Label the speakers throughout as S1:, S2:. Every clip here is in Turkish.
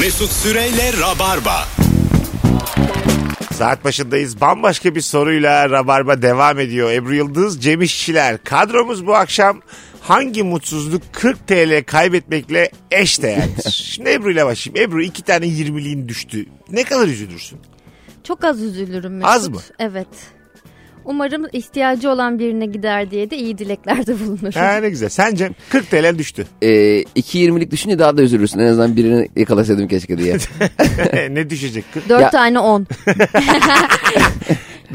S1: Mesut Süreyle Rabarba.
S2: Saat başındayız. Bambaşka bir soruyla Rabarba devam ediyor. Ebru Yıldız, Cem İşçiler. Kadromuz bu akşam hangi mutsuzluk 40 TL kaybetmekle eş değerdir? Şimdi Ebru ile başlayayım. Ebru iki tane 20'liğin düştü. Ne kadar üzülürsün?
S3: Çok az üzülürüm Mesut.
S2: Az mı?
S3: Evet. Umarım ihtiyacı olan birine gider diye de iyi dileklerde bulunurum.
S2: Ha, ne güzel. Sen Cem 40 TL düştü.
S4: Ee, 2.20'lik düşünce daha da üzülürsün. En azından birini yakalasaydım keşke diye.
S2: ne düşecek 40?
S3: Dört
S4: Ya-
S3: tane on.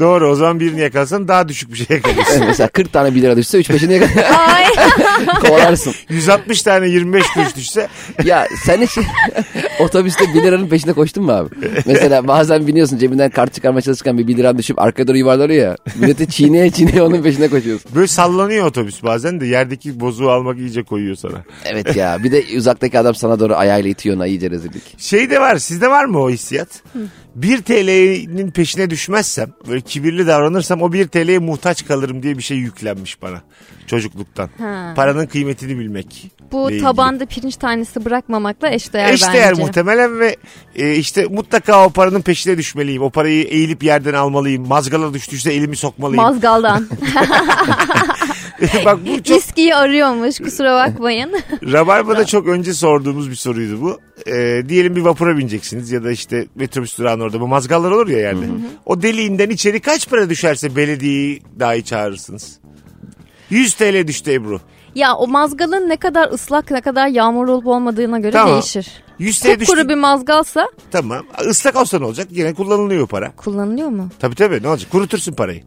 S2: Doğru o zaman birini yakalasan daha düşük bir şey yakalasın.
S4: Evet, Mesela 40 tane 1 lira düşse 3-5'ini yakalarsın.
S3: Ay.
S4: Kovalarsın.
S2: 160 tane 25 kuruş düşse
S4: Ya sen hiç otobüste 1 liranın peşinde koştun mu abi? Mesela bazen biniyorsun cebinden kart çıkarmaya çalışırken bir 1 liran düşüp arkaya doğru yuvarlanıyor ya. Millete çiğneye çiğneye onun peşinde koşuyorsun.
S2: böyle sallanıyor otobüs bazen de yerdeki bozuğu almak iyice koyuyor sana.
S4: Evet ya bir de uzaktaki adam sana doğru ayağıyla itiyor ona iyice rezillik.
S2: Şey de var sizde var mı o hissiyat? 1 TL'nin peşine düşmezsem böyle kibirli davranırsam o 1 TL'ye muhtaç kalırım diye bir şey yüklenmiş bana çocukluktan.
S3: Ha.
S2: Paranın kıymetini bilmek.
S3: Bu
S2: ile ilgili.
S3: tabanda pirinç tanesi bırakmamakla eşdeğer
S2: Eşdeğer
S3: bence.
S2: muhtemelen ve e, işte mutlaka o paranın peşine düşmeliyim. O parayı eğilip yerden almalıyım. Mazgala düştüyse elimi sokmalıyım.
S3: Mazgaldan.
S2: Bak bu çok
S3: İskiyi arıyormuş kusura bakmayın.
S2: Rabarba'da çok önce sorduğumuz bir soruydu bu. Ee, diyelim bir vapura bineceksiniz ya da işte metrobüs durağının orada bu mazgallar olur ya yerde. O deliğinden içeri kaç para düşerse belediyeyi dahi çağırırsınız. 100 TL düştü Ebru.
S3: ya o mazgalın ne kadar ıslak ne kadar yağmur olup olmadığına göre
S2: Tamam. şey
S3: değişir.
S2: 100 TL
S3: Çok
S2: düştü.
S3: kuru bir mazgalsa
S2: Tamam. Islak olsa ne olacak? Yine kullanılıyor para.
S3: kullanılıyor mu?
S2: Tabii tabii ne olacak? Kurutursun parayı.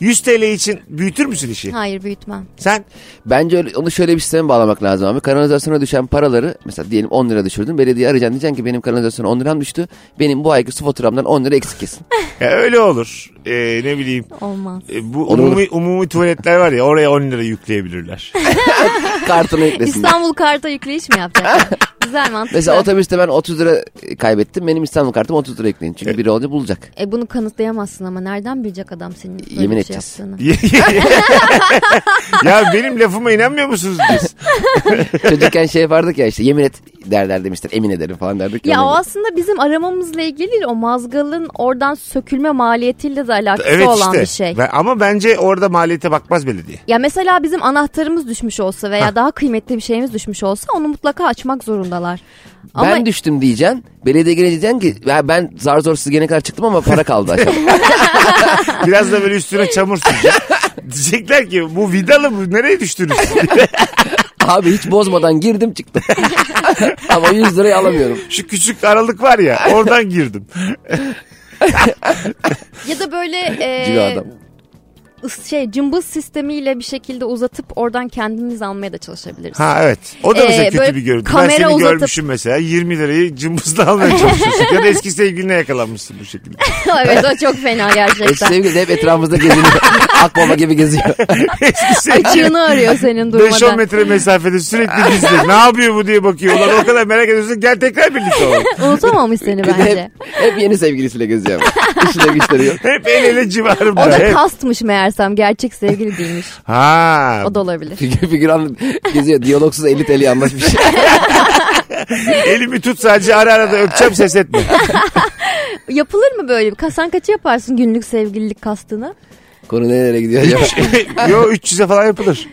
S2: 100 TL için büyütür müsün işi?
S3: Hayır büyütmem.
S2: Sen
S4: Bence öyle, onu şöyle bir sisteme bağlamak lazım abi. Kanalizasyona düşen paraları mesela diyelim 10 lira düşürdün. Belediye arayacaksın diyeceksin ki benim kanalizasyona 10 liram düştü. Benim bu ayki su faturamdan 10 lira eksik kesin.
S2: Ya öyle olur. Ee, ne bileyim.
S3: Olmaz.
S2: e, bu
S4: Olur,
S2: umumi, umumi tuvaletler var ya oraya 10 lira yükleyebilirler.
S4: Kartını yüklesin.
S3: İstanbul karta yükleyiş mi yapacak? Güzel mantıklı.
S4: Mesela otobüste ben 30 lira kaybettim. Benim İstanbul kartım 30 lira ekleyin. Çünkü biri olunca bulacak.
S3: E bunu kanıtlayamazsın ama nereden bilecek adam senin böyle
S4: Yemin
S3: bir şey
S4: edeceğiz.
S3: yaptığını?
S2: ya benim lafıma inanmıyor musunuz biz?
S4: Çocukken şey vardı ya işte yemin et derler demişler. Emin ederim falan derdik.
S3: Ya
S4: Ona
S3: o
S4: göre.
S3: aslında bizim aramamızla ilgili değil, o mazgalın oradan sökülme maliyetiyle de alakası
S2: Evet
S3: olan
S2: işte.
S3: bir şey.
S2: Ben- ama bence orada maliyete bakmaz belediye.
S3: Ya mesela bizim anahtarımız düşmüş olsa veya daha kıymetli bir şeyimiz düşmüş olsa onu mutlaka açmak zorundalar. Ama
S4: Ben düştüm diyeceksin. Belediye gelince diyeceksin ki ya ben zar zor siz gene kadar çıktım ama para kaldı aşağıda.
S2: Biraz da böyle üstüne çamur sürecek. Diyecekler ki bu vidalı bu nereye düştünüz?
S4: Abi hiç bozmadan girdim çıktım. ama 100 lirayı alamıyorum.
S2: Şu küçük aralık var ya oradan girdim.
S3: ya da böyle
S4: Cüce
S3: e,
S4: adam.
S3: ıs- şey cımbız sistemiyle bir şekilde uzatıp oradan kendimiz almaya da çalışabiliriz.
S2: Ha evet. O da mesela
S3: Ee,
S2: kötü
S3: böyle
S2: bir görüntü. Ben
S3: kamera
S2: seni
S3: uzatıp-
S2: görmüşüm mesela 20 lirayı cımbızla almaya çalışıyorsun. ya da eski sevgiline yakalanmışsın bu şekilde.
S3: evet o çok fena
S4: Eski
S3: gerçekten.
S4: E, sevgili de hep etrafımızda geziniyor. Akbaba gibi geziyor.
S2: Eski sevgili
S3: Açığını arıyor senin
S2: 5-10
S3: durmadan.
S2: metre mesafede sürekli bizde. Ne yapıyor bu diye bakıyor. Ulan o kadar merak ediyorsun. Gel tekrar birlikte olalım.
S3: Unutamamış seni
S4: Bir de
S3: bence.
S4: hep, hep yeni sevgilisiyle geziyor. ama. İşine güçleri yok.
S2: Hep el ele civarımda.
S3: O da
S2: Hep.
S3: kastmış meğersem gerçek sevgili değilmiş.
S2: Ha.
S3: O da olabilir.
S4: Figür figüran geziyor. Diyalogsuz elit eli anlaşmış.
S2: Elimi tut sadece ara ara da öpeceğim ses etme.
S3: Yapılır mı böyle? bir Kasan kaçı yaparsın günlük sevgililik kastını?
S4: Konu nereye gidiyor acaba?
S2: Yo 300'e falan yapılır.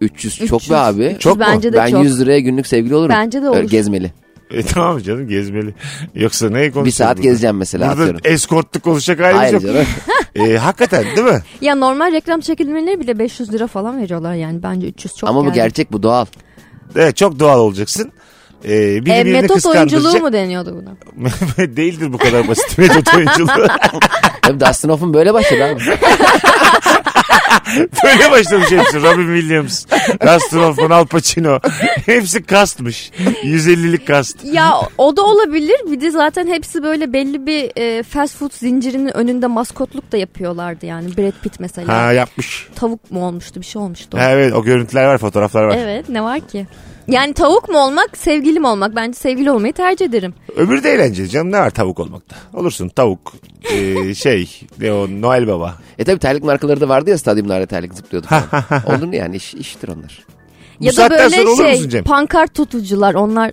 S4: 300, çok be abi.
S3: Çok mu? Bence de
S4: ben
S3: çok.
S4: 100 liraya günlük sevgili olurum.
S3: Bence de olur.
S4: Öyle gezmeli.
S2: E tamam canım gezmeli. Yoksa neyi konuşuyorsun?
S4: Bir saat
S2: burada?
S4: gezeceğim mesela
S2: Burada
S4: atıyorum.
S2: eskortluk konuşacak halimiz
S4: Hayır
S2: yok.
S4: canım.
S2: E, hakikaten değil mi?
S3: Ya normal reklam çekilmeleri bile 500 lira falan veriyorlar yani. Bence 300 çok
S4: Ama bu
S3: yani.
S4: gerçek bu doğal.
S2: Evet E, çok doğal olacaksın. E, biri
S3: E,
S2: birini
S3: metot oyunculuğu
S2: kıskandıracak.
S3: mu deniyordu buna?
S2: Değildir bu kadar basit metot oyunculuğu.
S4: Tabii Dustin Hoffman böyle başladı abi.
S2: Böyle başlamış hepsi. Robin Williams, Dustin Hoffman, Al Pacino. Hepsi kastmış. 150'lik kast.
S3: Ya o da olabilir. Bir de zaten hepsi böyle belli bir e, fast food zincirinin önünde maskotluk da yapıyorlardı yani. Brad Pitt mesela.
S2: Ha yapmış.
S3: Tavuk mu olmuştu bir şey olmuştu.
S2: Ha, evet o görüntüler var fotoğraflar var.
S3: Evet ne var ki? Yani tavuk mu olmak sevgili mi olmak? Bence sevgili olmayı tercih ederim.
S2: Öbürü de eğlenceli canım ne var tavuk olmakta. Olursun tavuk e, şey ne o Noel Baba.
S4: E tabii terlik markaları da vardı ya stadyumlarda terlik zıplıyordu falan. Olur mu yani iş, iştir onlar.
S2: Bu saatten sonra olur musun Cem?
S3: pankart tutucular şey, onlar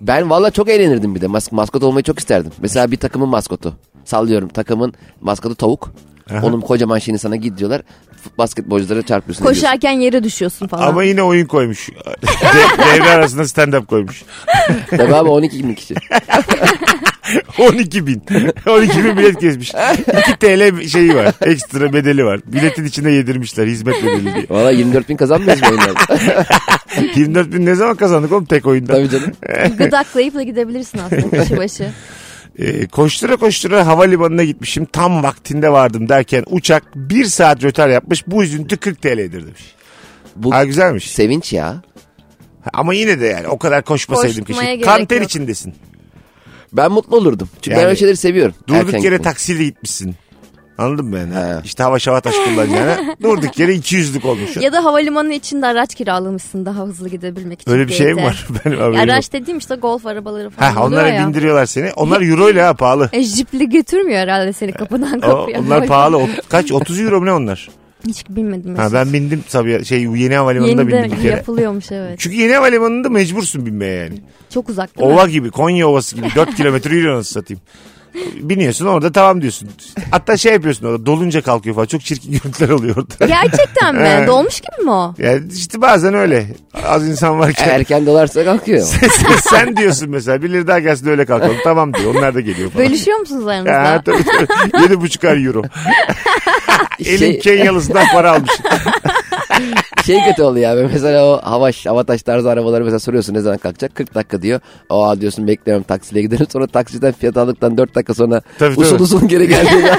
S4: Ben valla çok eğlenirdim bir de. Mas- maskot olmayı çok isterdim. Mesela bir takımın maskotu. Sallıyorum takımın maskotu tavuk. Onun kocaman şeyini sana git diyorlar. Fut- Basketbolculara çarpıyorsun. ediyorsun.
S3: Koşarken yere düşüyorsun falan.
S2: Ama yine oyun koymuş. De- Devre arasında stand-up koymuş.
S4: Tabii abi 12 bin kişi.
S2: 12 bin. 12 bin bilet kesmiş. 2 TL şeyi var. Ekstra bedeli var. Biletin içinde yedirmişler hizmet bedeli diye.
S4: Valla 24 bin kazanmıyoruz bu oyunlarda.
S2: 24 bin ne zaman kazandık oğlum tek oyunda?
S4: Tabii canım.
S3: Gıdaklayıp da gidebilirsin aslında kişi başı.
S2: Ee, koştura koştura havalimanına gitmişim. Tam vaktinde vardım derken uçak 1 saat rötar yapmış. Bu üzüntü 40 TL'dir demiş.
S4: Bu
S2: Ha güzelmiş.
S4: sevinç ya.
S2: Ama yine de yani o kadar koşmasaydım
S3: Koşmaya
S2: keşke.
S3: gerek
S2: Kan ter
S3: yok.
S2: içindesin.
S4: Ben mutlu olurdum. Çünkü ben
S2: Yani
S4: öyle şeyleri seviyorum.
S2: Durduk
S4: Erken
S2: yere
S4: gitmeyi.
S2: taksiyle gitmişsin. Anladın mı yani?
S4: He.
S2: İşte hava şava taş kullanacağına durduk yere 200'lük olmuş.
S3: Ya da havalimanı içinde araç kiralamışsın daha hızlı gidebilmek için.
S2: Öyle bir şey mi
S3: keyfe.
S2: var? Benim
S3: Ya
S2: haberim yok.
S3: araç dediğim işte golf arabaları falan
S2: Ha,
S3: oluyor
S2: onlara
S3: ya.
S2: bindiriyorlar seni. Onlar euro ile ha pahalı.
S3: E, jipli götürmüyor herhalde seni kapıdan
S2: O-
S3: kapıya.
S2: onlar pahalı. O- kaç? 30 euro mu ne onlar?
S3: Hiç bilmedim.
S2: Ha,
S3: mesela.
S2: ben bindim tabii. Şey, yeni havalimanında
S3: Yeni
S2: bindim bir
S3: de
S2: kere.
S3: yapılıyormuş evet.
S2: Çünkü yeni havalimanında mecbursun binmeye yani.
S3: Çok uzak değil mi?
S2: Ova gibi Konya Ovası gibi 4 kilometre yürüyor nasıl satayım. Biniyorsun orada tamam diyorsun. Hatta şey yapıyorsun orada dolunca kalkıyor falan. Çok çirkin görüntüler oluyor orada.
S3: Gerçekten
S2: Evet.
S3: mi? Dolmuş gibi mi o?
S2: Yani işte bazen öyle. Az insan varken.
S4: Eğer Erken dolarsa kalkıyor.
S2: Sen diyorsun mesela birileri daha gelsin de öyle kalkalım. Tamam diyor. Onlar da geliyor falan.
S3: Bölüşüyor musunuz
S2: Ha,
S3: aranızda?
S2: tabii, tabii. Yedi buçukar euro. Elin
S4: Şey-
S2: Kenyalısından para almış.
S4: şey kötü oluyor abi. Mesela o havaş, havataş tarzı arabaları mesela soruyorsun ne zaman kalkacak? 40 dakika diyor. Aa diyorsun bekliyorum taksiyle giderim. Sonra taksiden fiyat aldıktan 4 dakika sonra
S2: Tabii,
S4: usul
S2: tabii.
S4: usul geri geldi.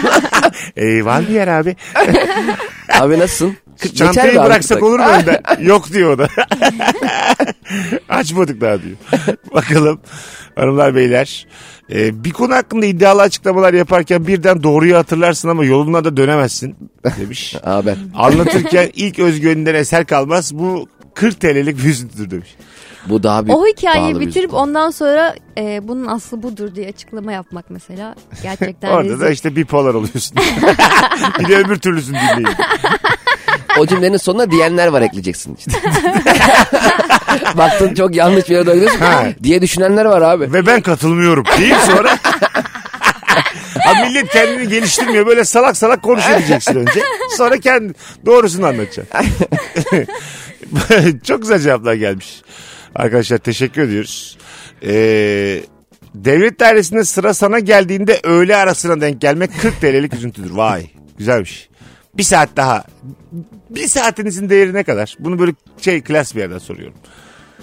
S2: Ee, var bir yer abi.
S4: abi nasılsın? Kırk-
S2: Çantayı
S4: geçer mi abi
S2: bıraksak
S4: kırk
S2: olur mu önden? Yok diyor o da. Açmadık daha diyor. Bakalım hanımlar beyler. Ee, bir konu hakkında iddialı açıklamalar yaparken birden doğruyu hatırlarsın ama yoluna da dönemezsin demiş.
S4: dakika? Aa ben.
S2: Anlatırken ilk özgüveninden eser kalmaz. Bu 40 TL'lik bir üzüntüdür demiş.
S4: Bu daha büyük.
S3: O hikayeyi
S4: pahalı bir şey.
S3: bitirip
S4: yüzük.
S3: ondan sonra e, bunun aslı budur diye açıklama yapmak mesela. Gerçekten
S2: Orada da
S3: rezil.
S2: işte bipolar oluyorsun. bir de öbür türlüsünü dinleyin.
S4: O cümlenin sonuna diyenler var ekleyeceksin işte. Baktın çok yanlış bir yere doğru gidiyorsun.
S2: Ha.
S4: diye düşünenler var abi.
S2: Ve ben katılmıyorum deyip sonra... Ha millet kendini geliştirmiyor. Böyle salak salak konuşabileceksin önce. Sonra kendi doğrusunu anlatacaksın. Çok güzel cevaplar gelmiş. Arkadaşlar teşekkür ediyoruz. Ee, devlet dairesinde sıra sana geldiğinde öğle arasına denk gelmek 40 TL'lik üzüntüdür. Vay güzelmiş. Bir saat daha. Bir saatinizin değeri ne kadar? Bunu böyle şey klas bir yerden soruyorum.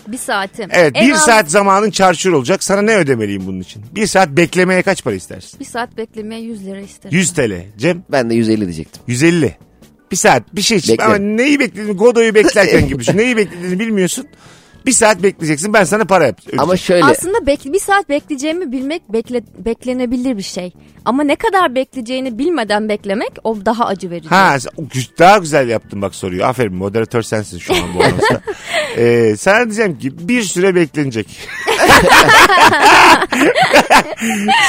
S3: Bir saatim.
S2: Evet
S3: En
S2: bir
S3: az
S2: saat zamanın çarçur olacak. Sana ne ödemeliyim bunun için? Bir saat beklemeye kaç para istersin?
S3: Bir saat beklemeye 100 lira isterim.
S2: 100 TL. Cem
S4: Ben de 150 diyecektim.
S2: 150. Bir saat bir şey için.
S4: Beklerim.
S2: Ama neyi beklediğini Godoy'u beklerken gibi düşün. Neyi beklediğini bilmiyorsun. Bir saat bekleyeceksin ben sana para yap.
S4: Ama şöyle.
S3: Aslında bek- bir saat bekleyeceğimi bilmek bekle- beklenebilir bir şey. Ama ne kadar bekleyeceğini bilmeden beklemek o daha acı verici.
S2: Ha sen- gü- daha güzel yaptın bak soruyu. Aferin moderatör sensin şu an bu anonsta. ee, sana diyeceğim ki bir süre beklenecek.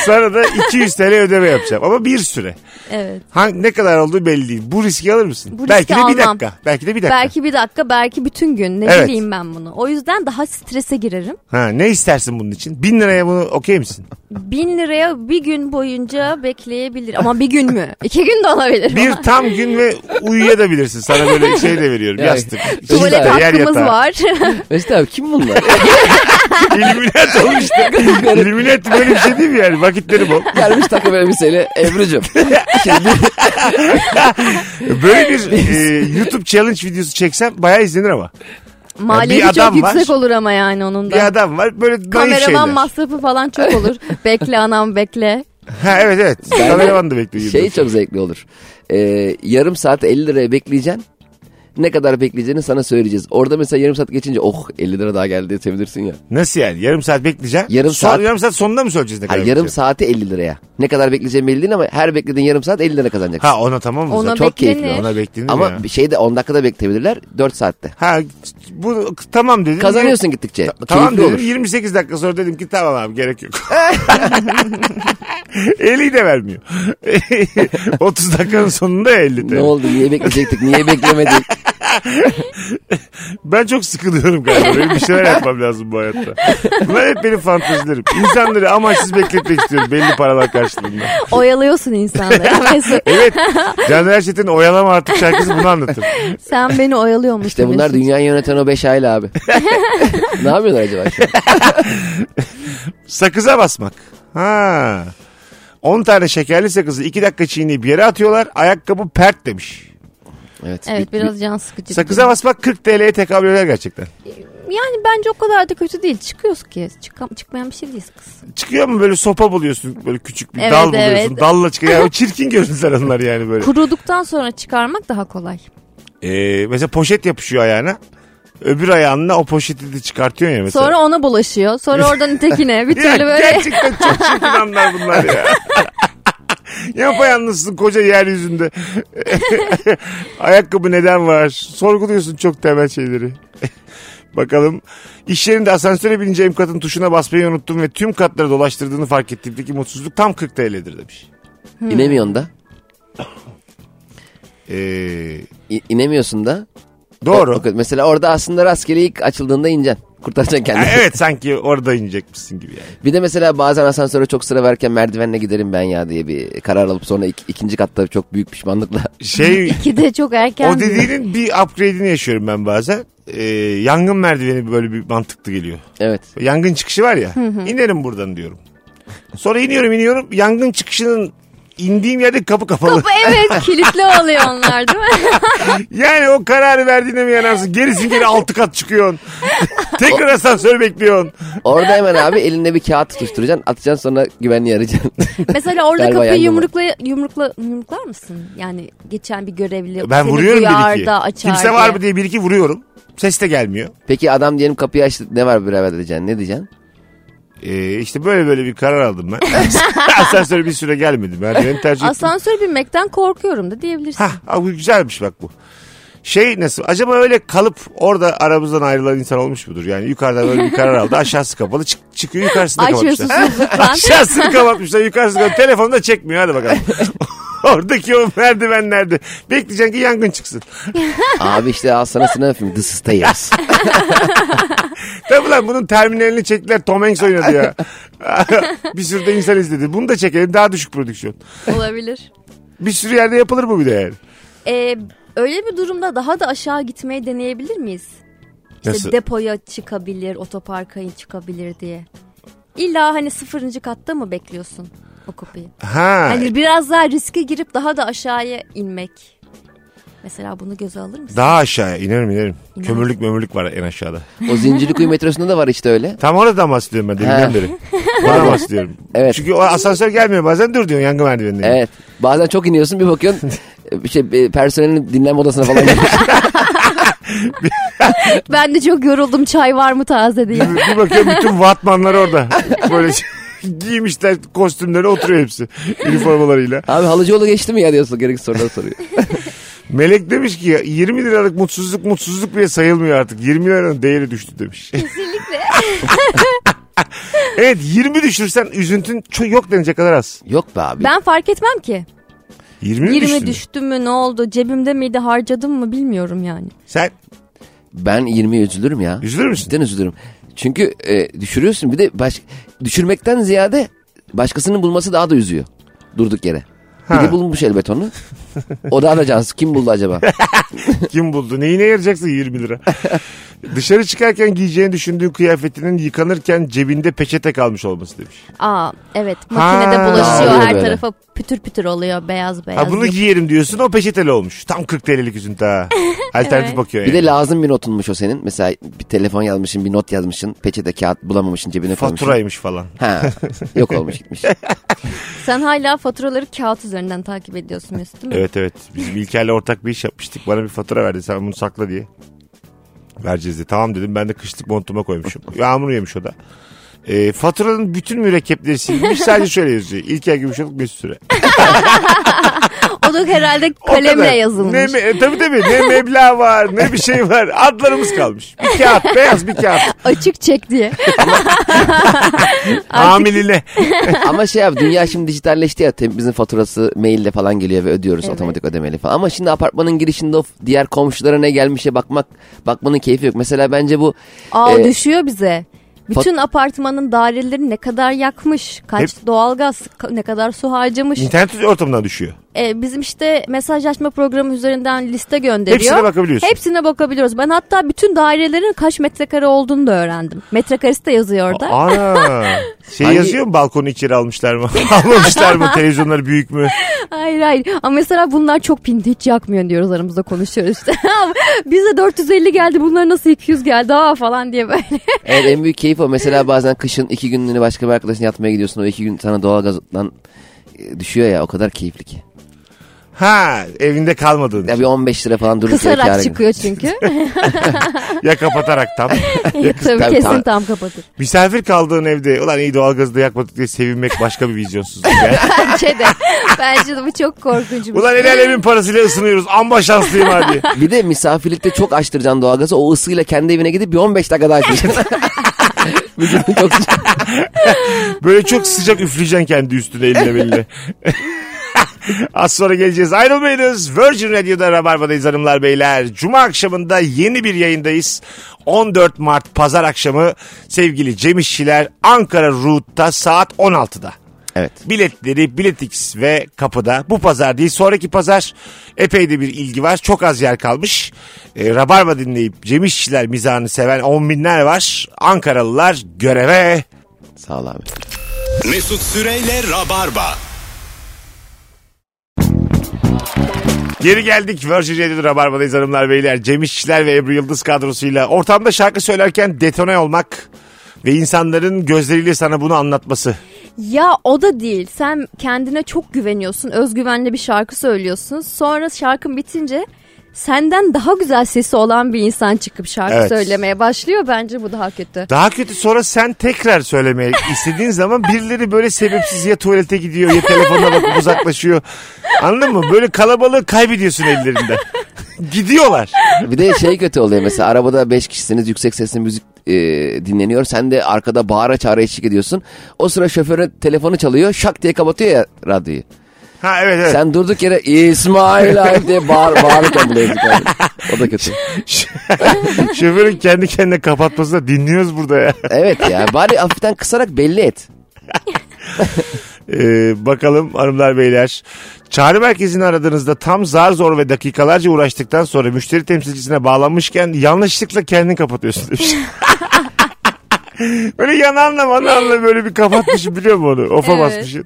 S2: sana da 200 TL ödeme yapacağım ama bir süre.
S3: Evet.
S2: Hangi, ne kadar olduğu belli değil. Bu riski alır mısın?
S3: Bu riski
S2: belki de bir
S3: almam.
S2: dakika. Belki de bir dakika.
S3: Belki bir dakika, belki bütün gün. Ne
S2: Evet.
S3: bileyim ben bunu. O yüzden daha strese girerim.
S2: Ha, ne istersin bunun için? Bin liraya bunu okey misin?
S3: Bin liraya bir gün boyunca bekleyebilir. Ama bir gün mü? İki gün de olabilir.
S2: Bir tam gün ve uyuyabilirsin. Sana böyle şey de veriyorum.
S4: Yani,
S2: Yastık.
S4: Tuvalet
S3: Tuvalet
S2: İşte yer
S3: hakkımız
S2: yatağı.
S3: var.
S4: Mesut abi kim bunlar?
S2: İlluminat olmuştu. İlluminat böyle bir şey değil mi yani? Vakitleri bol.
S4: Gelmiş takım elbiseyle Ebru'cum. Şimdi
S2: Böyle bir e, YouTube challenge videosu çeksem bayağı izlenir ama.
S3: Maliyeti
S2: Bir adam
S3: çok
S2: var.
S3: yüksek olur ama yani onun
S2: Bir
S3: da.
S2: adam var böyle naif şeyler.
S3: Kameraman masrafı falan çok olur. bekle anam bekle.
S2: Ha, evet evet. Kameraman da bekliyor.
S4: Şey
S2: yıldır.
S4: çok zevkli olur. Ee, yarım saat 50 liraya bekleyeceksin. Ne kadar bekleyeceğini sana söyleyeceğiz. Orada mesela yarım saat geçince oh 50 lira daha geldi diye sevinirsin ya.
S2: Nasıl yani? Yarım saat bekleyeceğim.
S4: Yarım
S2: Son-
S4: saat-
S2: yarım saat sonunda mı söyleyeceğiz ne kadar?
S4: Hayır, yarım
S2: bekleyeceğim?
S4: saati 50 liraya. Ne kadar bekleyeceğin belli değil ama her beklediğin yarım saat 50 lira kazanacaksın.
S2: Ha ona tamam
S3: Ona
S2: mı?
S4: çok keyifli,
S3: beklenir.
S2: Ona beklenir
S4: ama
S2: ya.
S4: bir şey de 10 dakikada bekleyebilirler 4 saatte.
S2: Ha bu tamam dedim.
S4: Kazanıyorsun gittikçe.
S2: Ta- tamam
S4: Keyifli
S2: dedim.
S4: olur.
S2: 28 dakika sonra dedim ki tamam abi gerek yok. Eli de vermiyor. 30 dakikanın sonunda 50
S4: Ne
S2: de.
S4: oldu niye bekleyecektik niye beklemedik.
S2: Ben çok sıkılıyorum galiba. Benim bir şeyler yapmam lazım bu hayatta. Bunlar hep benim fantezilerim. İnsanları amaçsız bekletmek istiyorum belli paralar karşılığında.
S3: Oyalıyorsun insanları. Mesut
S2: Evet. Caner Erçetin Oyalama Artık şarkısı bunu anlatır.
S3: sen beni oyalıyormuşsun.
S4: İşte bunlar
S3: Mesut.
S4: dünyayı yöneten o beş aile abi. ne yapıyorlar acaba şu an?
S2: Sakıza basmak. Ha. 10 tane şekerli sakızı 2 dakika çiğneyip yere atıyorlar. Ayakkabı pert demiş.
S4: Evet.
S3: Evet biraz can sıkıcı.
S2: Sakıza basmak 40 TL'ye tekabül eder gerçekten.
S3: Yani bence o kadar da kötü değil. Çıkıyoruz ki. Çıkam çıkmayan bir şey değiliz kız.
S2: Çıkıyor mu böyle sopa buluyorsun böyle küçük bir
S3: Evet,
S2: dal buluyorsun.
S3: evet.
S2: Dalla çıkıyor. Ya, o çirkin görüntüler onlar yani böyle.
S3: Kuruduktan sonra çıkarmak daha kolay.
S2: Ee, mesela poşet yapışıyor ayağına. Öbür ayağınla o poşeti de çıkartıyorsun ya mesela.
S3: Sonra ona bulaşıyor. Sonra oradan ötekine. Bir
S2: ya,
S3: türlü böyle
S2: Gerçekten çok çirkin anlar bunlar ya. Yapayalnızsın koca yeryüzünde. Ayakkabı neden var? Sorguluyorsun çok temel şeyleri. Bakalım. İş yerinde asansöre binince emkatın tuşuna basmayı unuttum ve tüm katları dolaştırdığını fark ettiğimdeki mutsuzluk tam 40 TL'dir demiş.
S4: İnemiyorsun da.
S2: Ee,
S4: İ- inemiyorsun da.
S2: doğru.
S4: O- o- mesela orada aslında rastgele ilk açıldığında ineceksin. Kurtaracaksın
S2: Ha,
S4: kendini.
S2: evet sanki orada inecekmişsin gibi yani.
S4: Bir de mesela bazen asansöre çok sıra verken merdivenle giderim ben ya diye bir karar alıp sonra ik- ikinci katta çok büyük pişmanlıkla.
S2: Şey
S3: ki de çok erken.
S2: o
S3: diyor.
S2: dediğinin bir upgrade'ini yaşıyorum ben bazen. Ee, yangın merdiveni böyle bir mantıklı geliyor.
S4: evet.
S2: Yangın çıkışı var ya. İnerim buradan diyorum. Sonra iniyorum iniyorum. Yangın çıkışının indiğim yerde kapı kapalı.
S3: Kapı evet kilitli oluyor onlar değil mi?
S2: Yani o kararı verdiğine mi yanarsın? Gerisin geri altı kat çıkıyorsun. Tekrar asansör bekliyorsun.
S4: Orada hemen abi elinde bir kağıt tutuşturacaksın. Atacaksın sonra güvenliği arayacaksın.
S3: Mesela orada
S4: Galiba
S3: kapıyı
S4: yangın var.
S3: yumrukla, yumrukla, yumruklar mısın? Yani geçen bir görevli
S2: Ben
S3: seni
S2: vuruyorum
S3: duyar
S2: bir iki.
S3: da açar
S2: Kimse
S3: diye.
S2: var mı diye bir iki vuruyorum. Ses de gelmiyor.
S4: Peki adam diyelim kapıyı açtı. Ne var beraber diyeceksin? Ne diyeceksin?
S2: Ee, işte böyle böyle bir karar aldım ben. Asansöre bir süre gelmedi. Merdiveni tercih ettim.
S3: Asansöre binmekten korkuyorum da diyebilirsin.
S2: Hah, ha, bu güzelmiş bak bu. Şey nasıl? Acaba öyle kalıp orada aramızdan ayrılan insan olmuş mudur? Yani yukarıdan böyle bir karar aldı. Aşağısı kapalı çık, çıkıyor yukarısını
S3: Açıyorsun
S2: kapatmışlar.
S3: sızlıktan.
S2: Aşağısını kapatmışlar yukarısını kapatmışlar. Telefonu da çekmiyor hadi bakalım. Oradaki o merdivenlerde. Bekleyeceksin ki yangın çıksın.
S4: Abi işte al sana sinema filmi. This is Tales.
S2: Tabii lan bunun terminalini çektiler. Tom Hanks oynadı ya. bir sürü de insan izledi. Bunu da çekelim daha düşük prodüksiyon.
S3: Olabilir.
S2: Bir sürü yerde yapılır bu bir de yani.
S3: Ee, öyle bir durumda daha da aşağı gitmeyi deneyebilir miyiz? İşte
S2: Nasıl?
S3: depoya çıkabilir, otoparka çıkabilir diye. İlla hani sıfırıncı katta mı bekliyorsun o kapıyı?
S2: Ha. e-
S3: Hani biraz daha riske girip daha da aşağıya inmek. Mesela bunu göze alır mısın?
S2: Daha aşağıya inerim inerim.
S3: İner.
S2: Kömürlük mömürlük var en aşağıda.
S4: O Zincirlikuyu metrosunda da var işte öyle.
S2: Tam oradan bahsediyorum ben deminden
S4: He.
S2: beri. Bana bahsediyorum.
S4: Evet.
S2: Çünkü o asansör gelmiyor bazen dur diyorsun yangın merdiveninde.
S4: Evet. Bazen çok iniyorsun bir bakıyorsun bir şey e, personelin dinlenme odasına falan gidiyorsun.
S3: Ben de çok yoruldum çay var mı taze diye.
S2: Bir, bir bakıyorum bütün vatmanlar orada. Böyle giymişler kostümleri oturuyor hepsi. Üniformalarıyla.
S4: Abi Halıcıoğlu geçti mi ya diyorsun gereksiz sorular soruyor.
S2: Melek demiş ki 20 liralık mutsuzluk mutsuzluk bile sayılmıyor artık. 20 liranın değeri düştü demiş. Kesinlikle. evet 20 düşürsen üzüntün çok yok denecek kadar az.
S4: Yok be abi.
S3: Ben fark etmem ki.
S2: 20 mi
S3: 20
S2: düştü?
S3: düştü mü ne oldu cebimde miydi harcadım mı bilmiyorum yani.
S2: Sen
S4: Ben 20'ye üzülürüm ya.
S2: üzülür müsün?
S4: Cidden üzülürüm. Çünkü e, düşürüyorsun bir de baş, düşürmekten ziyade başkasının bulması daha da üzüyor. Durduk yere.
S2: Ha.
S4: Biri bulmuş elbet onu. O daha da cansız. Kim buldu acaba?
S2: Kim buldu? Neyine yarayacaksın 20 lira? Dışarı çıkarken giyeceğini düşündüğün kıyafetinin yıkanırken cebinde peçete kalmış olması demiş.
S3: Aa evet makinede
S2: Ha.
S3: bulaşıyor
S4: Oluyor
S3: her
S4: böyle.
S3: tarafa pütür pütür oluyor beyaz beyaz.
S2: Ha bunu giyerim diyorsun o peçeteli olmuş. Tam 40 TL'lik üzüntü ha. Alternatif
S3: Evet.
S2: bakıyor
S4: bir
S2: yani.
S4: de lazım bir notunmuş o senin. Mesela bir telefon yazmışsın, bir not yazmışsın. Peçete kağıt bulamamışsın, cebine koymuşsun.
S2: Faturaymış falan.
S4: Ha, yok olmuş gitmiş.
S3: Sen hala faturaları kağıt üzerinden takip ediyorsun Mesut değil mi?
S2: Evet evet. Biz İlker'le ortak bir iş yapmıştık. Bana bir fatura verdi sen bunu sakla diye. Vereceğiz diye. Tamam dedim ben de kışlık montuma koymuşum. Yağmur yemiş o da. Ee, faturanın bütün mürekkepleri silinmiş sadece şöyle yazıyor. İlker Gümüşoluk bir süre.
S3: mutluluk herhalde
S2: O
S3: kalemle
S2: kadar.
S3: yazılmış.
S2: Ne, me- tabii tabii ne meblağ var ne bir şey var. Adlarımız kalmış. Bir kağıt beyaz bir kağıt.
S3: Açık çek diye.
S2: Hamiline.
S4: Ama şey abi dünya şimdi dijitalleşti ya temizin faturası maille falan geliyor ve ödüyoruz
S3: Evet.
S4: otomatik ödemeli falan. Ama şimdi apartmanın girişinde o diğer komşulara ne gelmişe bakmak bakmanın keyfi yok. Mesela bence bu
S3: Aa
S4: e,
S3: düşüyor bize. Bütün apartmanın daireleri ne kadar yakmış, kaç doğalgaz, ka- ne kadar su harcamış.
S2: İnternet ortamından düşüyor.
S3: Ee, bizim işte mesajlaşma programı üzerinden liste gönderiyor.
S2: Hepsine bakabiliyorsun.
S3: Hepsine bakabiliyoruz. Ben hatta bütün dairelerin kaç metrekare olduğunu da öğrendim. Metrekaresi de yazıyor orada.
S2: Ana. Şey
S4: Hangi-
S2: yazıyor mu balkonu içeri almışlar mı? Almamışlar mı? Televizyonları büyük mü?
S3: Hayır hayır. Ama mesela bunlar çok pindi hiç yakmıyor diyoruz aramızda konuşuyoruz işte. Bize 450 geldi bunlar nasıl 200 geldi aa falan diye böyle.
S4: evet, en büyük keyif o. Mesela bazen kışın iki günlüğüne başka bir arkadaşın yatmaya gidiyorsun. O iki gün sana doğalgazdan e, düşüyor ya o kadar keyifli ki.
S2: Ha evinde kalmadığın
S4: Ya
S2: için.
S4: bir 15 lira falan durduk yere kâra
S3: Kısarak
S4: gidiyor.
S3: çıkıyor çünkü.
S2: Ya kapatarak tam.
S3: Tabii
S4: tabii,
S3: kesin
S4: tabii.
S3: tam kapatır.
S2: Misafir kaldığın evde ulan iyi doğalgazı da yakmadık diye sevinmek başka bir vizyonsuzluk ya.
S3: Bence de. Bence de bu çok korkunç. bir
S2: Ulan
S3: şey.
S2: el alemin parasıyla ısınıyoruz. Amma şanslıyım hadi.
S4: Bir de misafirlikte çok açtıracaksın doğalgazı. O ısıyla kendi evine gidip bir 15 dakika daha açtıracaksın. Vücudun çok sıcak.
S2: Böyle çok sıcak üfleyeceksin kendi üstüne eline beline. Az sonra geleceğiz. Ayrılmayınız. Virgin Radio'da Rabarba'dayız hanımlar beyler. Cuma akşamında yeni bir yayındayız. 14 Mart pazar akşamı sevgili Cem İşçiler Ankara Root'ta saat 16'da.
S4: Evet.
S2: Biletleri Biletix ve kapıda. Bu pazar değil sonraki pazar epey de bir ilgi var. Çok az yer kalmış. E, Rabarba dinleyip Cem İşçiler mizahını seven on binler var. Ankaralılar göreve.
S4: Sağ ol abi.
S1: Mesut Süreyle Rabarba.
S2: Geri geldik Virgin Radio'da Rabarba'dayız hanımlar beyler. Cem İşçiler ve Ebru Yıldız kadrosuyla ortamda şarkı söylerken detone olmak ve insanların gözleriyle sana bunu anlatması.
S3: Ya o da değil. Sen kendine çok güveniyorsun. Özgüvenli bir şarkı söylüyorsun. Sonra şarkın bitince senden daha güzel sesi olan bir insan çıkıp şarkı
S2: Evet.
S3: söylemeye başlıyor. Bence bu daha kötü.
S2: Daha kötü sonra sen tekrar söylemeye istediğin zaman birileri böyle sebepsiz ya tuvalete gidiyor ya telefonuna bakıp uzaklaşıyor. Anladın mı? Böyle kalabalığı kaybediyorsun ellerinde. Gidiyorlar.
S4: Bir de şey kötü oluyor mesela arabada 5 kişisiniz yüksek sesli müzik e, dinleniyor. Sen de arkada bağıra çağıra eşlik ediyorsun. O sıra şoförün telefonu çalıyor şak diye kapatıyor ya radyoyu.
S2: Ha evet evet.
S4: Sen durduk yere İsmail abi diye bağır, bağırırken bile yazık abi. O da kötü.
S2: Şoförün kendi kendine kapatması da dinliyoruz burada ya.
S4: Evet ya bari hafiften kısarak belli et.
S2: Ee, bakalım hanımlar beyler. Çağrı merkezini aradığınızda tam zar zor ve dakikalarca uğraştıktan sonra müşteri temsilcisine bağlanmışken yanlışlıkla kendini kapatıyorsun demiş. böyle yanağınla manağınla böyle bir kapatmışım biliyor musun onu? Ofa
S3: Evet.
S2: basmışım.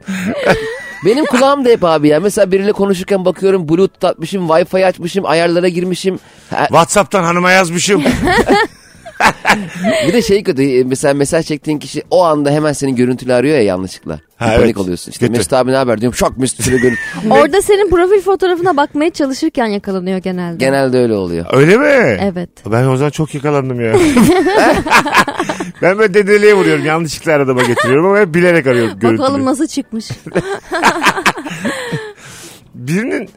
S4: Benim kulağım da hep abi ya. Mesela biriyle konuşurken bakıyorum bluetooth atmışım, wifi açmışım, ayarlara girmişim. Ha,
S2: Whatsapp'tan hanıma yazmışım.
S4: bir de şey kötü e, mesela mesaj çektiğin kişi o anda hemen senin görüntülü arıyor ya yanlışlıkla.
S2: Ha,
S4: Bir Panik
S2: evet.
S4: oluyorsun. İşte
S2: Kötü.
S4: Mesut abi ne haber diyorum. Şok Mesut Süre görüntü.
S3: Orada senin profil fotoğrafına bakmaya çalışırken yakalanıyor genelde.
S4: Genelde öyle oluyor.
S2: Öyle mi?
S3: Evet.
S2: Ben o zaman çok yakalandım ya. ben böyle dedeliğe vuruyorum. Yanlışlıkla aradama getiriyorum ama hep bilerek arıyorum görüntülü.
S3: Bakalım nasıl çıkmış.
S2: birinin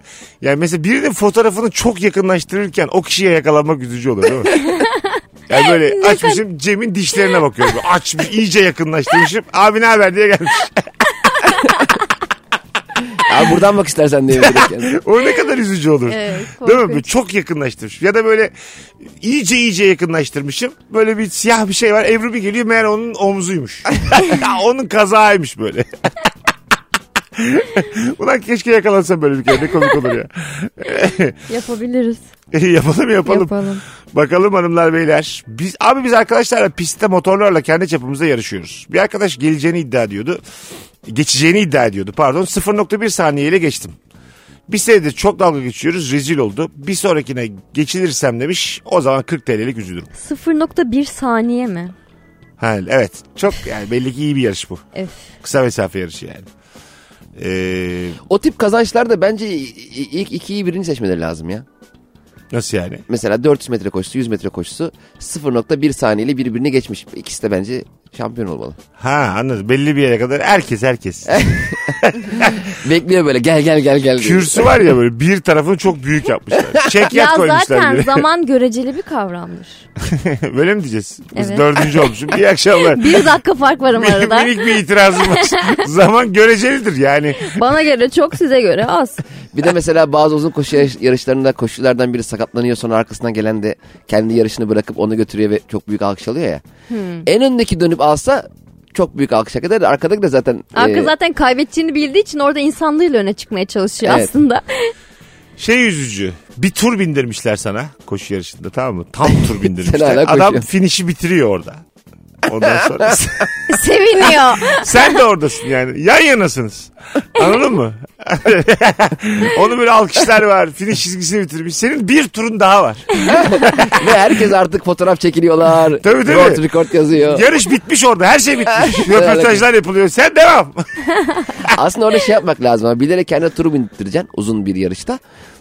S2: yani mesela birinin fotoğrafını çok yakınlaştırırken o kişiye yakalanmak üzücü olur değil mi? Yani böyle açmışım Cem'in dişlerine bakıyorum. Böyle Açmış iyice yakınlaştırmışım. Abi ne haber diye gelmiş.
S4: Abi buradan bak istersen diye. direkt yani.
S2: O ne kadar üzücü olur.
S3: Evet,
S2: değil mi?
S3: korkunç.
S2: Böyle çok yakınlaştırmış. Ya da böyle iyice iyice yakınlaştırmışım. Böyle bir siyah bir şey var. Ebru bir geliyor meğer onun omzuymuş. onun kazağıymış böyle. Ulan keşke yakalansam böyle bir kere. Ne komik olur ya.
S3: Yapabiliriz.
S2: yapalım yapalım.
S3: Yapalım.
S2: Bakalım hanımlar beyler. Biz abi biz arkadaşlarla pistte motorlarla kendi çapımızda yarışıyoruz. Bir arkadaş geleceğini iddia ediyordu. Geçeceğini iddia ediyordu pardon. 0.1 saniyeyle geçtim. Bir senedir çok dalga geçiyoruz rezil oldu. Bir sonrakine geçilirsem demiş o zaman 40 TL'lik üzülürüm.
S3: 0.1 saniye mi?
S2: Ha, evet çok yani belli ki iyi bir yarış bu.
S3: Öf.
S2: Kısa mesafe yarışı yani. Ee,
S4: O tip kazançlar da bence i- i- ilk ikiyi birini seçmeleri lazım ya.
S2: nasıl yani?
S4: Mesela 400 metre koşusu, 100 metre koşusu 0.1 saniyeli birbirini geçmiş. İkisi de bence Şampiyon olmalı.
S2: Ha anladım. Belli bir yere kadar herkes herkes.
S4: Bekliyor böyle gel gel gel gel. diye.
S2: Kürsü var ya böyle bir tarafını çok büyük yapmışlar. Çekyat
S3: Ya
S2: koymuşlar
S3: zaten
S2: bir de.
S3: zaman göreceli bir kavramdır.
S2: Böyle mi diyeceğiz? Biz
S3: Evet.
S2: dördüncü olmuşum. İyi akşamlar.
S3: Bir dakika fark var ama
S2: Benim
S3: arada.
S2: minik bir itirazım var. Zaman görecelidir yani.
S3: Bana göre çok size göre az.
S4: Bir de mesela bazı uzun koşu yarış- yarışlarında koşuculardan biri sakatlanıyor sonra arkasından gelen de kendi yarışını bırakıp onu götürüyor ve çok büyük alkış alıyor ya. En öndeki dönüp alsa çok büyük alkış hak eder. Arkadaki de zaten
S3: Hakkı
S2: Ee,
S4: e,
S3: zaten kaybedeceğini bildiği için orada insanlığıyla öne çıkmaya çalışıyor
S4: Evet.
S3: aslında.
S2: Şey üzücü. Bir tur bindirmişler sana koşu yarışında tamam mı? Tam tur bindirmişler.
S4: Sen hala
S2: Adam
S4: koşuyorsun.
S2: finişi bitiriyor orada. Ondan sonra
S3: Seviniyor.
S2: sen de oradasın yani. Yan yanasınız. Anladın mı? Onu böyle alkışlar var. Finiş çizgisini bitirmiş. Senin bir turun daha var.
S4: ve herkes artık fotoğraf çekiliyorlar.
S2: Tabii, tabii.
S4: Record record yazıyor.
S2: Yarış bitmiş orada. Her şey bitmiş. Röportajlar yapılıyor. Sen devam.
S4: Aslında orada şey yapmak lazım. ama Bilerek kendine turu bindireceksin uzun bir yarışta.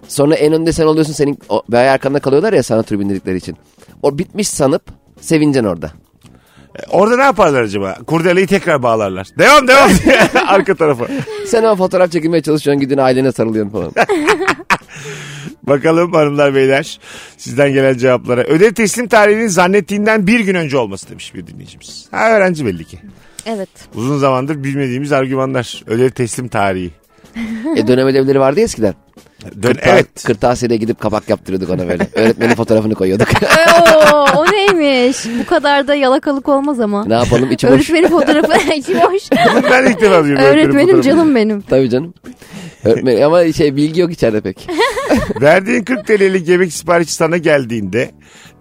S4: Sonra en önde sen oluyorsun senin o, bayağı arkanda kalıyorlar ya sana turu bindirdikleri için. O bitmiş sanıp sevincen orada.
S2: Orada ne yaparlar acaba? Kurdeleyi tekrar bağlarlar. Devam devam diye arka tarafa.
S4: Sen ama fotoğraf çekilmeye çalışıyorsun gidin ailene sarılıyorsun falan.
S2: Bakalım hanımlar beyler sizden gelen cevaplara. Ödev teslim tarihinin zannettiğinden bir gün önce olması demiş bir dinleyicimiz. Ha öğrenci belli ki.
S3: evet.
S2: Uzun zamandır bilmediğimiz argümanlar. Ödev teslim tarihi.
S4: e dönem ödevleri vardı ya eskiden.
S2: Dön,
S4: Kırta-
S2: evet.
S4: Kırtasiye'de gidip kapak yaptırıyorduk ona böyle. Öğretmenin fotoğrafını koyuyorduk.
S3: Oo, Ee, o neymiş? Bu kadar da yalakalık olmaz ama.
S4: ne yapalım içi boş.
S3: Öğretmenin fotoğrafı içi boş.
S2: Ben ilk defa duyuyorum.
S3: Öğretmenim
S2: fotoğrafını.
S3: canım benim.
S4: Tabii canım. Öğretmen ama şey bilgi yok içeride pek.
S2: Verdiğin 40 TL'lik yemek siparişi sana geldiğinde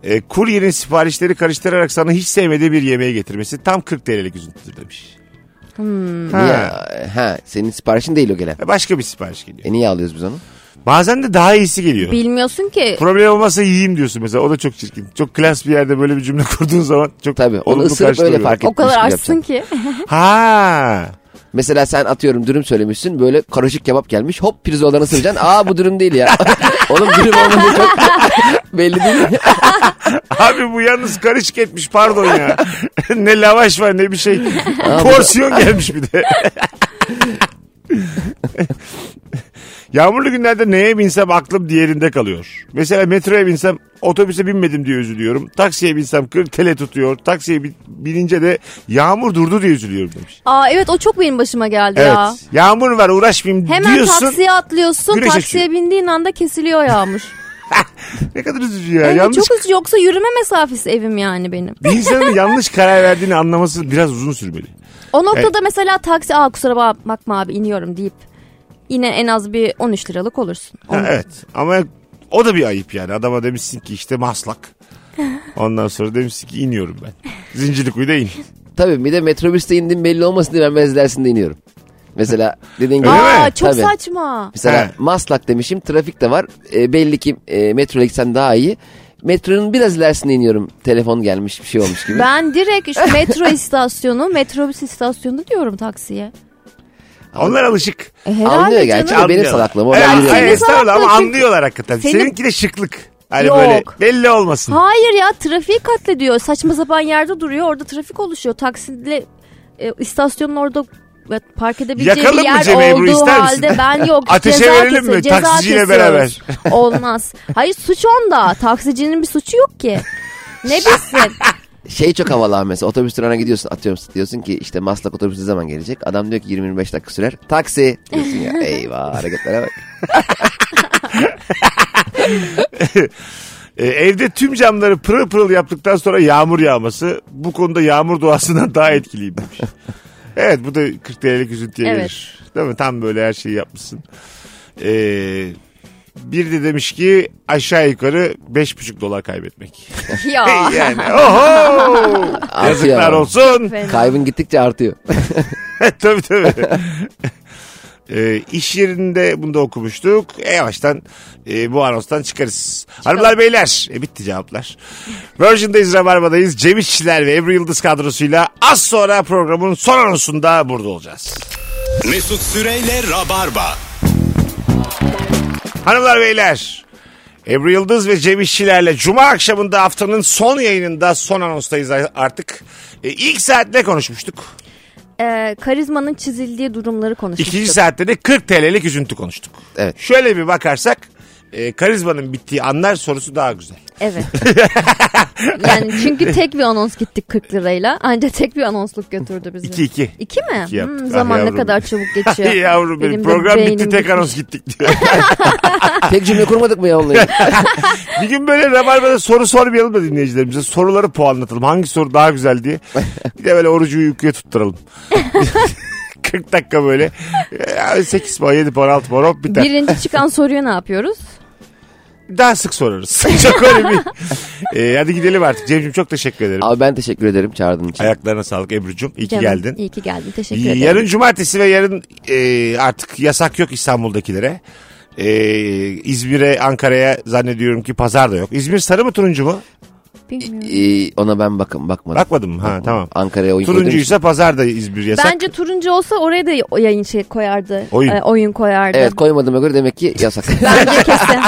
S2: e, kuryenin siparişleri karıştırarak sana hiç sevmediği bir yemeği getirmesi tam 40 TL'lik üzüntüdür demiş.
S3: Hmm.
S2: Ha.
S4: Niye? Ha, senin siparişin değil o gelen.
S2: Başka bir sipariş geliyor.
S4: E niye alıyoruz biz onu?
S2: Bazen de daha iyisi geliyor.
S3: Bilmiyorsun ki.
S2: Problem olmasa yiyeyim diyorsun mesela. O da çok çirkin. Çok klas bir yerde böyle bir cümle kurduğun zaman çok
S4: Tabii, onu
S2: olumlu
S4: ısırıp öyle
S2: karşılıyor.
S4: fark
S3: O kadar
S2: şey
S4: etmiş gibi
S3: açsın ki.
S2: Ha.
S4: Mesela sen atıyorum dürüm söylemişsin böyle karışık kebap gelmiş hop pirzolanı ısıracaksın. Aa bu dürüm değil ya. Oğlum dürüm olmadı çok belli değil.
S2: Abi bu yalnız karışık etmiş pardon ya. ne lavaş var ne bir şey. Porsiyon gelmiş bir de. Yağmurlu günlerde neye binsem aklım diğerinde kalıyor. Mesela metroya binsem otobüse binmedim diye üzülüyorum. Taksiye binsem kır tele tutuyor. Taksiye bin- binince de yağmur durdu diye üzülüyorum demiş.
S3: Aa evet o çok benim başıma geldi
S2: Evet.
S3: ya.
S2: Yağmur var uğraşmayayım
S3: Hemen
S2: diyorsun.
S3: taksiye atlıyorsun.
S2: güneş
S3: Taksiye
S2: açıyor.
S3: bindiğin anda kesiliyor yağmur.
S2: Ne kadar üzücü ya.
S3: Evet,
S2: yanlış
S3: çok üzücü yoksa yürüme mesafesi evim yani benim.
S2: bir insanın yanlış karar verdiğini anlaması biraz uzun sürmeli.
S3: O noktada mesela taksi aa kusura bak- bakma abi iniyorum deyip yine en az bir 13 liralık olursun.
S2: Ha, evet ama o da bir ayıp yani. Adama demişsin ki işte maslak. Ondan sonra demişsin ki iniyorum ben. Zincirlikuyu'da in.
S4: Tabii bir de metrobüste indim belli olmasın diye ben benz dersinde iniyorum. Mesela dediğin gibi.
S2: Öyle mi?
S3: Aa çok
S4: Tabii.
S3: saçma.
S4: Mesela
S2: He.
S4: Maslak demişim trafik de var. E, belli ki e, metroya gitsem daha iyi. Metronun biraz ilerisine iniyorum. Telefon gelmiş bir şey olmuş gibi.
S3: Ben direkt şu metro istasyonu, metrobüs istasyonu diyorum taksiye.
S2: Onlar alışık.
S3: E,
S4: Anlıyor
S3: herhalde
S4: gerçi.
S3: canım.
S4: benim salaklığım, o ben
S2: Evet,
S4: yürüyorum.
S2: hayır,
S3: Senin
S2: estağfurullah ama
S3: salaklığın çünkü-
S2: anlıyorlar hakikaten.
S3: Senin-
S2: Seninki de şıklık. Hani
S3: Yok.
S2: böyle belli olmasın.
S3: Hayır ya trafiği katlediyor. Saçma sapan yerde duruyor. Orada trafik oluşuyor. Taksiyle e, istasyonun orada e, park edebileceği
S2: Yakalım
S3: bir
S2: mı
S3: yer
S2: Cem Ebru,
S3: olduğu
S2: ister misin?
S3: halde ben yok.
S2: Ateşe
S3: ceza
S2: verelim
S3: kesiyor,
S2: mi?
S3: ceza
S2: Taksiciyle
S3: kesiyoruz.
S2: beraber.
S3: Olmaz. Hayır suç onda. Taksicinin bir suçu yok ki. Ne bilsin?
S4: Şey çok havalı abi mesela otobüs durağına gidiyorsun atıyorum diyorsun ki işte Maslak otobüsü ne zaman gelecek? Adam diyor ki 20-25 dakika sürer. Taksi diyorsun ya eyvah hareketlere bak.
S2: E, evde tüm camları pırıl pırıl yaptıktan sonra yağmur yağması bu konuda yağmur duasından daha etkiliyim demiş. evet bu da 40 TL'lik üzüntüye
S3: Evet.
S2: gelir. Değil mi? Tam böyle her şeyi yapmışsın. E, bir de demiş ki aşağı yukarı 5,5 dolar kaybetmek.
S3: ya.
S2: yani oho
S4: Artıyor.
S2: yazıklar
S4: ama.
S2: olsun.
S4: Kaybın gittikçe artıyor.
S2: tabii tabii. E, iş yerinde bunu da okumuştuk. E, yavaştan e, bu anonstan çıkarız. Hanımlar beyler e, bitti cevaplar. Virgin'dayız Rabarba'dayız. Cem İşçiler ve Ebru Yıldız kadrosuyla az sonra programın son anonsunda burada olacağız.
S1: Mesut Süreyle Rabarba.
S2: Hanımlar beyler Ebru Yıldız ve Cem İşçilerle Cuma akşamında haftanın son yayınında son anonstayız artık. E, ilk saat ne konuşmuştuk?
S3: Ee, karizmanın çizildiği durumları konuşmuştuk.
S2: İkinci saatte de 40 TL'lik üzüntü konuştuk.
S4: Evet.
S2: Şöyle bir bakarsak e, karizmanın bittiği anlar sorusu daha güzel.
S3: Evet. yani çünkü tek bir anons gittik 40 lirayla. Anca tek bir anonsluk götürdü bizi.
S2: İki, iki.
S3: İki mi?
S2: İki yaptık.
S3: Hmm,
S2: Ah
S3: zaman ne
S2: yavrum. Ah
S3: kadar çabuk geçiyor.
S2: Yavrum benim,
S3: Benim de
S2: program bitti
S3: beynim
S2: tek
S3: bitmiş.
S2: anons gittik diyor.
S4: Tek cümle kurmadık mı ya onunla?
S2: bir gün böyle Rabarba'da soru sormayalım da dinleyicilerimize. Soruları puanlatalım. Hangi soru daha güzel diye. Bir de böyle orucu uykuya tutturalım. 40 dakika böyle. 8 puan, 7 puan, 6 puan hop biter.
S3: Birinci çıkan soruya ne yapıyoruz?
S2: Daha sık sorarız. çok öyle bir. Ee, hadi gidelim artık. Cem'ciğim çok teşekkür ederim.
S4: Abi ben teşekkür ederim çağırdığın için.
S2: Ayaklarına sağlık Ebru'cum. İyi ki
S3: Canım,
S2: geldin.
S3: İyi ki geldin. Teşekkür ederim.
S2: Yarın cumartesi ve yarın e, artık yasak yok İstanbul'dakilere. E, İzmir'e, Ankara'ya zannediyorum ki pazar da yok. İzmir sarı mı turuncu mu?
S3: Bilmiyorum.
S4: Ee, ona ben bakın bakmadım.
S2: Bakmadım mı? Ha tamam.
S4: Ankara'ya oyun koyduğum için.
S2: Turuncuysa pazar da İzmir yasak.
S3: Bence turuncu olsa oraya da o yayın şey koyardı.
S2: Oyun.
S3: Ee, oyun koyardı.
S4: Evet koymadığıma göre demek ki yasak.
S3: Bence kesin.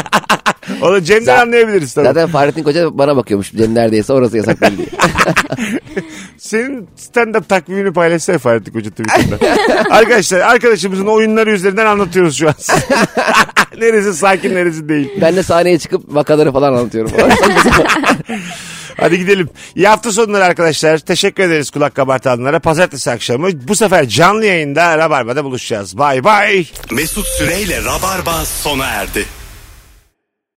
S2: Onu Cem'den
S4: Zaten-
S2: anlayabiliriz tabii.
S4: Zaten Fahrettin Koca bana bakıyormuş. Benim neredeyse orası yasak değil diye.
S2: Senin stand-up takvimini paylaşsana Fahrettin Koca Twitter'da. Arkadaşlar arkadaşımızın oyunları üzerinden anlatıyoruz şu an. neresi sakin neresi değil.
S4: Ben de sahneye çıkıp vakaları falan anlatıyorum.
S2: Hadi gidelim. İyi hafta sonları arkadaşlar. Teşekkür ederiz kulak kabartanlara. Pazartesi akşamı bu sefer canlı yayında Rabarba'da buluşacağız. Bay bay.
S1: Mesut Süreyle Rabarba sona erdi.